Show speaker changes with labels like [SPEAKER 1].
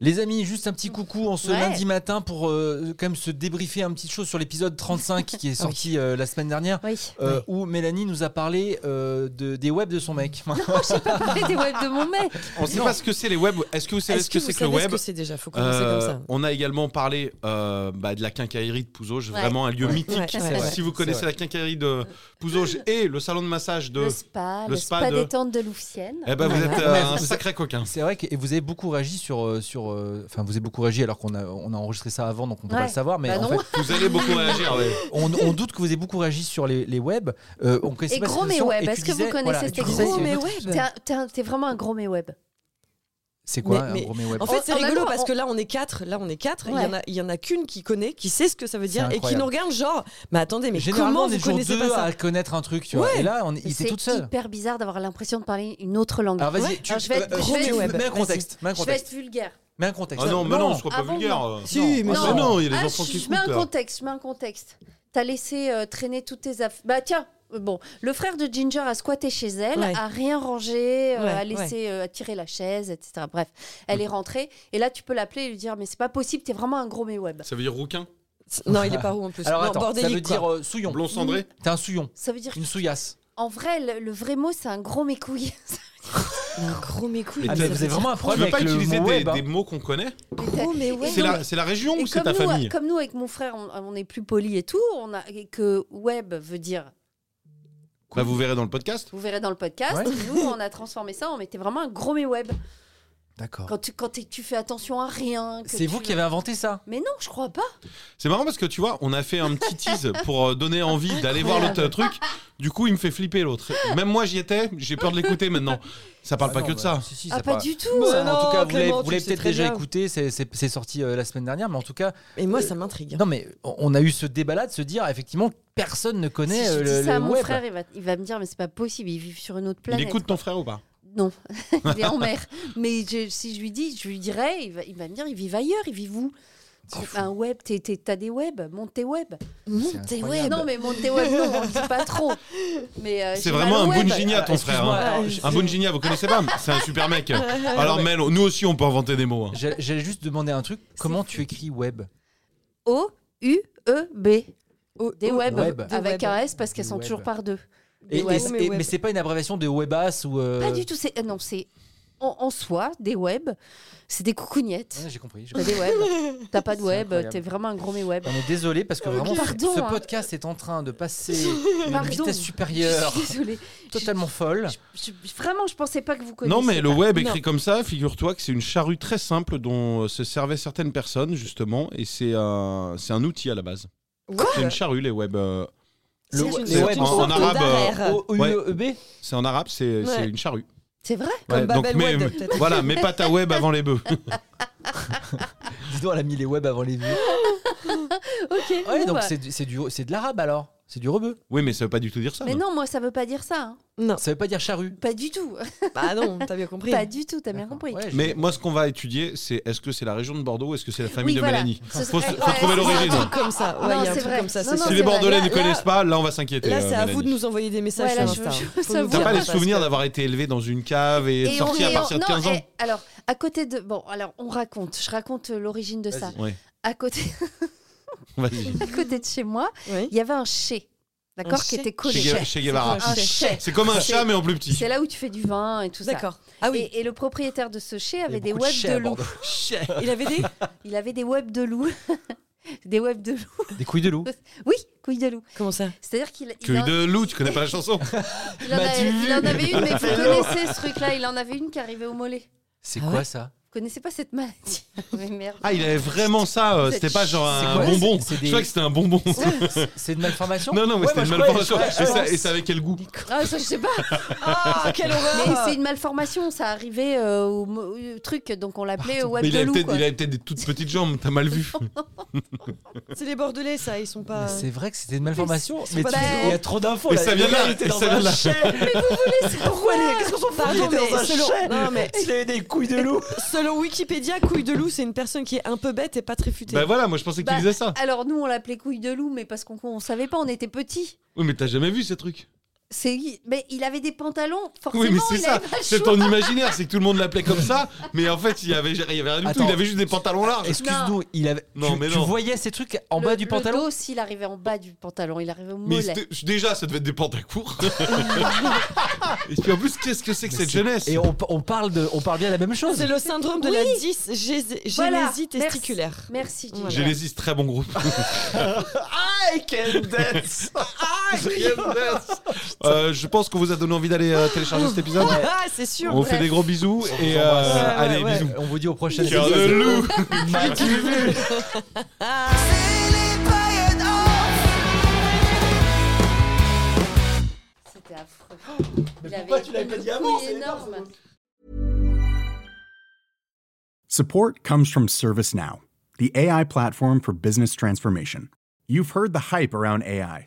[SPEAKER 1] Les amis, juste un petit coucou en ce
[SPEAKER 2] Ouais.
[SPEAKER 1] lundi matin pour euh, quand même se débriefer un petit chose sur l'épisode 35 qui est sorti euh, la semaine dernière.
[SPEAKER 2] Oui.
[SPEAKER 1] euh, Où Mélanie nous a parlé euh, de, des webs de son mec.
[SPEAKER 2] Fais des webs de mon mec.
[SPEAKER 3] On sait
[SPEAKER 1] Non.
[SPEAKER 3] pas ce que c'est les web. Est-ce que vous savez
[SPEAKER 2] Est-ce
[SPEAKER 3] ce que
[SPEAKER 2] vous
[SPEAKER 3] c'est que le
[SPEAKER 2] savez ce
[SPEAKER 3] web
[SPEAKER 2] que c'est déjà Faut commencer
[SPEAKER 3] Euh,
[SPEAKER 2] comme ça.
[SPEAKER 3] On a également parlé euh, bah, de la quincaillerie de Pouzauges,
[SPEAKER 4] Ouais.
[SPEAKER 3] vraiment un lieu mythique.
[SPEAKER 2] Ouais, ouais,
[SPEAKER 3] Si vous connaissez la quincaillerie de Pouzauges et le salon de massage de.
[SPEAKER 4] Le spa,
[SPEAKER 3] le
[SPEAKER 4] le,
[SPEAKER 3] spa
[SPEAKER 4] spa,
[SPEAKER 3] de-
[SPEAKER 4] détente de Louvciennes.
[SPEAKER 3] Eh ben, vous
[SPEAKER 2] Ouais.
[SPEAKER 3] êtes euh,
[SPEAKER 1] Ouais,
[SPEAKER 3] un
[SPEAKER 1] c'est-
[SPEAKER 3] sacré coquin.
[SPEAKER 1] C'est vrai que et vous avez beaucoup réagi sur. euh, sur euh, enfin, vous avez beaucoup réagi alors qu'on a, on a enregistré ça avant, donc on peut
[SPEAKER 4] Ouais.
[SPEAKER 1] pas le savoir. Mais
[SPEAKER 4] Bah
[SPEAKER 1] en
[SPEAKER 4] non.
[SPEAKER 1] fait,
[SPEAKER 3] Vous allez beaucoup réagir. ouais.
[SPEAKER 1] on, on doute que vous avez beaucoup réagi sur les, les webs. Euh, on connaissait
[SPEAKER 4] Et
[SPEAKER 1] pas
[SPEAKER 4] gros
[SPEAKER 1] cette
[SPEAKER 4] mais
[SPEAKER 1] notion,
[SPEAKER 4] web,
[SPEAKER 1] et tu
[SPEAKER 4] est-ce que vous
[SPEAKER 1] disais-
[SPEAKER 4] connaissez
[SPEAKER 1] et tu
[SPEAKER 4] cette
[SPEAKER 1] disais-
[SPEAKER 4] gros
[SPEAKER 2] Gros mais
[SPEAKER 4] T'es
[SPEAKER 2] web.
[SPEAKER 4] un- T'es un- t'es vraiment un gros mais web.
[SPEAKER 1] C'est quoi
[SPEAKER 2] Mais-
[SPEAKER 1] un
[SPEAKER 2] mais-
[SPEAKER 1] gros mais web
[SPEAKER 2] En fait, c'est
[SPEAKER 4] En- en même
[SPEAKER 2] rigolo
[SPEAKER 4] temps,
[SPEAKER 2] parce
[SPEAKER 4] on-
[SPEAKER 2] que là, on est quatre. Là, on est quatre. Il y en a, il y en a qu'une qui connaît, qui sait ce que ça veut dire
[SPEAKER 1] C'est
[SPEAKER 2] et qui nous regarde genre. Mais attendez, mais
[SPEAKER 1] Généralement,
[SPEAKER 2] comment
[SPEAKER 1] on est
[SPEAKER 2] vous
[SPEAKER 1] toujours
[SPEAKER 2] connaissez pas
[SPEAKER 1] deux
[SPEAKER 2] ça
[SPEAKER 1] à connaître un truc, tu vois.
[SPEAKER 2] Ouais.
[SPEAKER 1] Et là, on, il
[SPEAKER 4] C'est
[SPEAKER 1] était toute seule.
[SPEAKER 4] hyper bizarre d'avoir l'impression de parler une autre langue.
[SPEAKER 1] Alors vas-y,
[SPEAKER 4] Ouais.
[SPEAKER 1] tu
[SPEAKER 4] Alors, je vais être,
[SPEAKER 1] euh,
[SPEAKER 4] je
[SPEAKER 2] gros
[SPEAKER 4] vais
[SPEAKER 1] mets-
[SPEAKER 4] être-
[SPEAKER 2] web.
[SPEAKER 1] mets un
[SPEAKER 2] Vas-y.
[SPEAKER 1] contexte, mets un
[SPEAKER 4] je vais
[SPEAKER 1] contexte,
[SPEAKER 4] être vulgaire.
[SPEAKER 1] mets un contexte.
[SPEAKER 3] Ah non, mais non, sois pas
[SPEAKER 4] Ah bon,
[SPEAKER 3] vulgaire.
[SPEAKER 4] non.
[SPEAKER 3] euh.
[SPEAKER 2] Si,
[SPEAKER 3] Non.
[SPEAKER 2] mais
[SPEAKER 3] Ah
[SPEAKER 4] si.
[SPEAKER 3] bah non, il y a
[SPEAKER 4] Ah,
[SPEAKER 3] les enfants
[SPEAKER 4] je,
[SPEAKER 3] qui
[SPEAKER 4] je mets un
[SPEAKER 3] écoutent. là.
[SPEAKER 4] contexte, je mets un contexte. T'as laissé euh, traîner toutes tes affaires. Bah tiens, euh, bon, le frère de Ginger a squatté chez elle,
[SPEAKER 2] Ouais.
[SPEAKER 4] a rien rangé, euh,
[SPEAKER 2] Ouais,
[SPEAKER 4] a laissé euh, tirer la chaise, etc. Bref, elle est rentrée et là tu peux l'appeler et lui dire mais c'est pas possible, t'es vraiment un gros mais web.
[SPEAKER 3] Ça veut dire rouquin,
[SPEAKER 2] Non, il est pas roux en plus.
[SPEAKER 1] Alors
[SPEAKER 2] Non,
[SPEAKER 1] attends, ça
[SPEAKER 2] bordélique,
[SPEAKER 1] veut dire
[SPEAKER 2] quoi.
[SPEAKER 1] euh, souillon.
[SPEAKER 3] blond cendré.
[SPEAKER 1] T'es un souillon,
[SPEAKER 4] Ça veut dire
[SPEAKER 1] une souillasse.
[SPEAKER 4] en vrai le, le vrai mot c'est un gros mes couilles.
[SPEAKER 2] Un gros mes couilles.
[SPEAKER 1] Ah, mais vous avez vraiment un
[SPEAKER 3] Tu veux
[SPEAKER 1] problème
[SPEAKER 3] pas
[SPEAKER 1] avec le
[SPEAKER 3] utiliser
[SPEAKER 1] mot
[SPEAKER 3] des,
[SPEAKER 1] web. hein.
[SPEAKER 3] des mots qu'on connaît
[SPEAKER 2] Gros mais web.
[SPEAKER 3] C'est
[SPEAKER 4] non,
[SPEAKER 3] la, c'est la région
[SPEAKER 4] Et
[SPEAKER 3] ou c'est
[SPEAKER 4] comme
[SPEAKER 3] ta
[SPEAKER 4] nous, euh,
[SPEAKER 3] famille
[SPEAKER 4] comme nous avec mon frère, on, on est plus poli et tout, on a et que web veut dire
[SPEAKER 3] Bah, Vous verrez dans le podcast.
[SPEAKER 4] Vous verrez dans le podcast.
[SPEAKER 1] Ouais.
[SPEAKER 4] Nous, on a transformé ça. On mettait vraiment un gros mais web.
[SPEAKER 1] D'accord.
[SPEAKER 4] Quand tu, quand t'es- tu fais attention à rien. que
[SPEAKER 1] C'est
[SPEAKER 4] tu-
[SPEAKER 1] vous qui avez inventé ça.
[SPEAKER 4] Mais non, je crois pas.
[SPEAKER 3] C'est marrant parce que tu vois, on a fait un petit tease pour euh, donner envie d'aller voir le t- truc. Du coup, il me fait flipper l'autre. Même moi, j'y étais, j'ai peur de l'écouter maintenant. Ça parle
[SPEAKER 1] Ah
[SPEAKER 3] pas
[SPEAKER 1] non,
[SPEAKER 3] que
[SPEAKER 1] bah,
[SPEAKER 3] de ça.
[SPEAKER 1] si, si,
[SPEAKER 4] Ah,
[SPEAKER 1] ça
[SPEAKER 4] pas
[SPEAKER 1] parle-
[SPEAKER 4] du tout.
[SPEAKER 2] Bah,
[SPEAKER 1] Ça,
[SPEAKER 2] non,
[SPEAKER 1] en tout cas, vous l'avez
[SPEAKER 2] Clément,
[SPEAKER 1] vous
[SPEAKER 2] tu
[SPEAKER 1] l'avez
[SPEAKER 2] le sais
[SPEAKER 1] peut-être
[SPEAKER 2] très
[SPEAKER 1] déjà
[SPEAKER 2] bien.
[SPEAKER 1] écouté, c'est- c'est c'est sorti euh, la semaine dernière, mais en tout cas,
[SPEAKER 2] Et moi, ça m'intrigue.
[SPEAKER 1] non mais on on a eu ce débat-là de se dire effectivement personne ne connaît
[SPEAKER 4] si je
[SPEAKER 1] euh,
[SPEAKER 4] dis
[SPEAKER 1] le,
[SPEAKER 4] ça à
[SPEAKER 1] le
[SPEAKER 4] mon
[SPEAKER 1] web.
[SPEAKER 4] frère, il va, il va me dire mais c'est pas possible. Ils vivent sur une autre
[SPEAKER 3] Il
[SPEAKER 4] planète.
[SPEAKER 3] écoute ton frère ou pas
[SPEAKER 4] Non, il est en mer. Mais je- si je lui dis, je lui dirais, il va, il va me dire, ils vivent ailleurs, ils vivent où un web, t'es- t'es- t'as des webs, monte tes webs.
[SPEAKER 1] Monte tes incroyable. webs.
[SPEAKER 4] Non, mais monte tes webs, non, on le dit pas trop. Mais euh,
[SPEAKER 3] C'est
[SPEAKER 4] j'ai mal
[SPEAKER 3] vraiment
[SPEAKER 4] au
[SPEAKER 3] un
[SPEAKER 4] web. Euh,
[SPEAKER 3] Bunjinia, ton
[SPEAKER 1] Ah,
[SPEAKER 3] frère.
[SPEAKER 1] excuse-moi,
[SPEAKER 3] hein.
[SPEAKER 1] alors,
[SPEAKER 3] Un Bunjinia, vous connaissez pas C'est un super mec. Alors, Mel, nous aussi, on peut inventer des mots. hein.
[SPEAKER 1] J'ai- J'allais juste demander un truc. Comment tu écris web
[SPEAKER 4] O U E B. Des web,
[SPEAKER 1] Web.
[SPEAKER 4] avec
[SPEAKER 2] Des
[SPEAKER 4] un
[SPEAKER 2] web.
[SPEAKER 4] S parce qu'elles
[SPEAKER 1] Des
[SPEAKER 4] sont
[SPEAKER 1] web.
[SPEAKER 4] toujours par deux.
[SPEAKER 1] Et-
[SPEAKER 2] Des
[SPEAKER 1] et-
[SPEAKER 2] web.
[SPEAKER 1] et-
[SPEAKER 2] Mais web.
[SPEAKER 1] mais c'est pas une abréviation de webas ou. euh,
[SPEAKER 4] Pas du tout. C'est euh, non, c'est en, en soi des web. C'est des coucougnettes.
[SPEAKER 1] Ouais, J'ai compris. j'ai
[SPEAKER 4] T'as des web. T'as pas de
[SPEAKER 1] C'est
[SPEAKER 4] web.
[SPEAKER 1] incroyable.
[SPEAKER 4] T'es vraiment un gros mais web.
[SPEAKER 1] On est désolé parce que
[SPEAKER 4] Ok.
[SPEAKER 1] vraiment, ce-
[SPEAKER 4] Pardon,
[SPEAKER 1] ce
[SPEAKER 4] hein.
[SPEAKER 1] podcast est en train de passer à une
[SPEAKER 4] Pardon.
[SPEAKER 1] vitesse
[SPEAKER 4] Je
[SPEAKER 1] supérieure,
[SPEAKER 4] suis désolée.
[SPEAKER 1] totalement folle.
[SPEAKER 4] Je- je- vraiment, je pensais pas que vous connaissiez.
[SPEAKER 3] Non, mais le
[SPEAKER 4] pas.
[SPEAKER 3] web écrit comme ça, figure-toi que c'est une charrue très simple dont euh, se servaient certaines personnes, justement, et c'est un, c'est un outil à la base.
[SPEAKER 2] Quoi
[SPEAKER 3] C'est une charrue, les web. euh,
[SPEAKER 1] Le
[SPEAKER 2] C'est
[SPEAKER 1] web-
[SPEAKER 2] une
[SPEAKER 1] le
[SPEAKER 2] sorte
[SPEAKER 1] web,
[SPEAKER 2] de
[SPEAKER 1] en- en
[SPEAKER 2] sorte
[SPEAKER 3] arabe, euh,
[SPEAKER 2] d'arrière.
[SPEAKER 1] O- O-
[SPEAKER 3] Ouais.
[SPEAKER 1] E- E- B
[SPEAKER 3] C'est en arabe, c'est
[SPEAKER 2] Ouais.
[SPEAKER 3] c'est une charrue.
[SPEAKER 4] C'est vrai.
[SPEAKER 2] Comme
[SPEAKER 3] Ouais, donc,
[SPEAKER 2] Babel
[SPEAKER 3] mais,
[SPEAKER 2] Web, peut-être.
[SPEAKER 3] voilà, mais pas ta web avant les bœufs.
[SPEAKER 1] Dis donc, elle a mis les web avant les vues.
[SPEAKER 4] Ok.
[SPEAKER 1] Ouais,
[SPEAKER 4] bon,
[SPEAKER 1] donc
[SPEAKER 4] bah.
[SPEAKER 1] c'est du- c'est du- c'est de l'arabe alors C'est du rebeu
[SPEAKER 3] Oui, mais ça veut pas du tout dire ça.
[SPEAKER 4] Mais
[SPEAKER 3] non
[SPEAKER 4] non, moi, ça veut pas dire ça. hein.
[SPEAKER 2] Non,
[SPEAKER 1] Ça veut pas dire charrue
[SPEAKER 4] Pas du tout.
[SPEAKER 2] bah non, t'as bien compris.
[SPEAKER 4] Pas du tout. T'as bien
[SPEAKER 1] D'accord.
[SPEAKER 4] compris.
[SPEAKER 1] Ouais, j'ai-
[SPEAKER 3] Mais moi, ce qu'on va étudier, c'est est-ce que c'est la région de Bordeaux ou est-ce que c'est la famille
[SPEAKER 4] Oui,
[SPEAKER 3] de
[SPEAKER 4] voilà.
[SPEAKER 3] Mélanie
[SPEAKER 4] Ce
[SPEAKER 3] Faut,
[SPEAKER 4] serait-
[SPEAKER 3] faut
[SPEAKER 4] ouais,
[SPEAKER 3] trouver
[SPEAKER 4] c'est
[SPEAKER 3] l'origine.
[SPEAKER 2] Un truc comme ça. Ouais,
[SPEAKER 4] Non,
[SPEAKER 2] il y a un
[SPEAKER 4] c'est
[SPEAKER 2] truc
[SPEAKER 4] vrai.
[SPEAKER 2] comme ça.
[SPEAKER 4] Non,
[SPEAKER 2] c'est
[SPEAKER 4] non,
[SPEAKER 2] sûr.
[SPEAKER 3] Si
[SPEAKER 4] c'est
[SPEAKER 3] les
[SPEAKER 4] vrai.
[SPEAKER 3] Bordelais ne
[SPEAKER 4] Là-
[SPEAKER 3] connaissent pas, là, on va s'inquiéter.
[SPEAKER 2] Là,
[SPEAKER 3] euh,
[SPEAKER 2] c'est à vous
[SPEAKER 3] Mélanie.
[SPEAKER 2] de nous envoyer des messages
[SPEAKER 4] Ouais, là,
[SPEAKER 2] sur
[SPEAKER 4] je-
[SPEAKER 2] Insta.
[SPEAKER 4] je-
[SPEAKER 2] Faut
[SPEAKER 4] ça
[SPEAKER 2] nous
[SPEAKER 4] vous-
[SPEAKER 3] T'as
[SPEAKER 2] dire,
[SPEAKER 3] pas les
[SPEAKER 2] parce
[SPEAKER 3] souvenirs
[SPEAKER 2] que-
[SPEAKER 3] d'avoir été élevé dans une cave et,
[SPEAKER 4] Et
[SPEAKER 3] sorti à
[SPEAKER 4] est-
[SPEAKER 3] partir de
[SPEAKER 4] non,
[SPEAKER 3] 15 ans
[SPEAKER 4] et- alors, à côté de. Bon, alors, on raconte. Je raconte euh, l'origine de ça.
[SPEAKER 1] Vas-y.
[SPEAKER 3] Ouais,
[SPEAKER 4] À côté,
[SPEAKER 3] vas-y.
[SPEAKER 4] à côté de chez moi,
[SPEAKER 2] Oui.
[SPEAKER 4] il y avait un chez. D'accord
[SPEAKER 2] Un
[SPEAKER 4] Qui
[SPEAKER 2] chai.
[SPEAKER 4] était
[SPEAKER 3] Chez,
[SPEAKER 4] collé.
[SPEAKER 3] Gue- chez Guevara.
[SPEAKER 2] quoi
[SPEAKER 4] Un chai.
[SPEAKER 3] C'est comme un
[SPEAKER 4] C'est-
[SPEAKER 3] chat, mais en plus petit.
[SPEAKER 4] C'est là où tu fais du vin et tout ça.
[SPEAKER 2] D'accord. Ah oui,
[SPEAKER 4] Et, et le propriétaire de ce chai
[SPEAKER 1] il y a
[SPEAKER 4] avait Ah, des
[SPEAKER 1] beaucoup de
[SPEAKER 4] webs
[SPEAKER 1] chais
[SPEAKER 4] de
[SPEAKER 1] à
[SPEAKER 4] loup.
[SPEAKER 1] Bordeaux. Chais.
[SPEAKER 2] il avait des.
[SPEAKER 4] Il avait des webs de loup. des webs de loup.
[SPEAKER 1] Des couilles de loup.
[SPEAKER 4] Oui, couilles de loup.
[SPEAKER 2] Comment ça
[SPEAKER 4] C'est-à-dire qu'il il
[SPEAKER 3] Cueille
[SPEAKER 4] en,
[SPEAKER 3] de loup, tu connais pas la chanson
[SPEAKER 4] il en
[SPEAKER 1] Bah,
[SPEAKER 4] a-
[SPEAKER 1] tu
[SPEAKER 4] il
[SPEAKER 1] vis.
[SPEAKER 4] en avait une, mais vous connaissez ce truc-là. Il en avait une qui arrivait au mollet.
[SPEAKER 1] C'est
[SPEAKER 2] Ah
[SPEAKER 1] quoi
[SPEAKER 2] ouais
[SPEAKER 1] ça
[SPEAKER 4] Vous connaissez pas cette maladie. Mais merde.
[SPEAKER 3] Ah, il avait vraiment ça. euh,
[SPEAKER 4] Cette
[SPEAKER 3] C'était pas genre
[SPEAKER 1] C'est
[SPEAKER 3] un
[SPEAKER 1] quoi
[SPEAKER 3] bonbon.
[SPEAKER 1] C'est- c'est des-
[SPEAKER 3] Je crois que c'était un bonbon.
[SPEAKER 1] C'est une malformation
[SPEAKER 3] Non, non, mais
[SPEAKER 1] Ouais,
[SPEAKER 3] c'était une
[SPEAKER 1] moi, je crois-
[SPEAKER 3] malformation.
[SPEAKER 1] je crois-
[SPEAKER 3] Et
[SPEAKER 1] je
[SPEAKER 3] ça-
[SPEAKER 1] pense.
[SPEAKER 3] et ça avait quel goût
[SPEAKER 4] Ah, ça, je sais pas.
[SPEAKER 2] Ah, quelle
[SPEAKER 4] Mais
[SPEAKER 2] horreur
[SPEAKER 4] c'est une malformation, ça arrivait euh, au, mo- au truc, donc on l'appelait euh, web
[SPEAKER 3] Ah, Mais il
[SPEAKER 4] de
[SPEAKER 3] avait
[SPEAKER 4] loup.
[SPEAKER 3] peut-être
[SPEAKER 4] quoi.
[SPEAKER 3] il avait peut-être des toutes petites jambes, t'as mal vu.
[SPEAKER 2] C'est les Bordelais, ça, ils sont
[SPEAKER 1] Mais
[SPEAKER 2] pas.
[SPEAKER 1] C'est vrai que c'était une malformation.
[SPEAKER 2] c'est
[SPEAKER 1] Mais
[SPEAKER 2] pas
[SPEAKER 1] tu-
[SPEAKER 2] la-
[SPEAKER 1] il y a trop d'infos.
[SPEAKER 3] Et
[SPEAKER 1] là.
[SPEAKER 3] ça vient de là,
[SPEAKER 1] Il était
[SPEAKER 3] et
[SPEAKER 1] dans
[SPEAKER 3] ça vient
[SPEAKER 1] un
[SPEAKER 3] de là.
[SPEAKER 1] chai.
[SPEAKER 2] Pourquoi les- Qu'est-ce qu'on s'en fout
[SPEAKER 1] Pardon,
[SPEAKER 2] Il était dans
[SPEAKER 1] mais
[SPEAKER 2] un
[SPEAKER 1] selon-
[SPEAKER 2] chai. Non, mais
[SPEAKER 1] Il avait des couilles de loup.
[SPEAKER 2] selon Wikipédia, couille de loup, c'est une personne qui est un peu bête et pas très futée.
[SPEAKER 3] Bah voilà, moi je pensais que
[SPEAKER 4] Bah,
[SPEAKER 3] tu disais ça.
[SPEAKER 4] Alors nous, on l'appelait couille de loup, mais parce qu'on on savait pas, on était petits.
[SPEAKER 3] Oui, mais t'as jamais vu ces trucs.
[SPEAKER 4] C'est, mais il avait des pantalons, forcément,
[SPEAKER 3] Oui, mais c'est
[SPEAKER 4] il
[SPEAKER 3] ça.
[SPEAKER 4] avait pas le
[SPEAKER 3] C'est
[SPEAKER 4] choix.
[SPEAKER 3] ton imaginaire, c'est que tout le monde l'appelait comme ça, mais en fait, il y avait, il y avait rien du tout.
[SPEAKER 1] Attends.
[SPEAKER 3] Il avait juste des pantalons larges.
[SPEAKER 1] Excuse-nous, il avait.
[SPEAKER 3] Non,
[SPEAKER 1] tu,
[SPEAKER 3] mais
[SPEAKER 1] tu
[SPEAKER 3] non.
[SPEAKER 1] voyais ces trucs en
[SPEAKER 4] Le-
[SPEAKER 1] bas du
[SPEAKER 4] le
[SPEAKER 1] pantalon
[SPEAKER 4] dos, s'il arrivait en bas du pantalon, il arrivait au
[SPEAKER 3] Mais
[SPEAKER 4] mollet.
[SPEAKER 3] c'était- déjà, ça devait être des pantacours. et puis en plus, qu'est-ce que c'est que cette
[SPEAKER 1] C'est-
[SPEAKER 3] jeunesse
[SPEAKER 1] Et on, on parle de, on parle bien de la même chose.
[SPEAKER 2] C'est le syndrome de la dysgénésie
[SPEAKER 4] Voilà, merci.
[SPEAKER 2] testiculaire.
[SPEAKER 4] Merci, Gigi.
[SPEAKER 2] Voilà.
[SPEAKER 3] Genesis, très bon groupe.
[SPEAKER 1] I can dance.
[SPEAKER 3] Euh, je pense qu'on vous a donné envie d'aller euh, télécharger cet épisode.
[SPEAKER 2] Ah, c'est sûr.
[SPEAKER 3] On
[SPEAKER 4] Bref.
[SPEAKER 3] fait des gros bisous
[SPEAKER 1] On vous
[SPEAKER 3] et euh,
[SPEAKER 1] embrasse.
[SPEAKER 2] Ouais, ouais,
[SPEAKER 3] allez,
[SPEAKER 2] ouais.
[SPEAKER 3] bisous.
[SPEAKER 1] On vous dit au prochain
[SPEAKER 3] Cœur de loup.
[SPEAKER 4] C'était affreux.
[SPEAKER 1] Mais
[SPEAKER 4] Il
[SPEAKER 1] pourquoi
[SPEAKER 4] avait
[SPEAKER 1] tu l'avais pas
[SPEAKER 4] une
[SPEAKER 1] dit avant,
[SPEAKER 4] couille
[SPEAKER 1] c'est
[SPEAKER 4] énorme.
[SPEAKER 1] énorme.
[SPEAKER 5] Support comes from ServiceNow, the AI platform for business transformation. You've heard the hype around AI.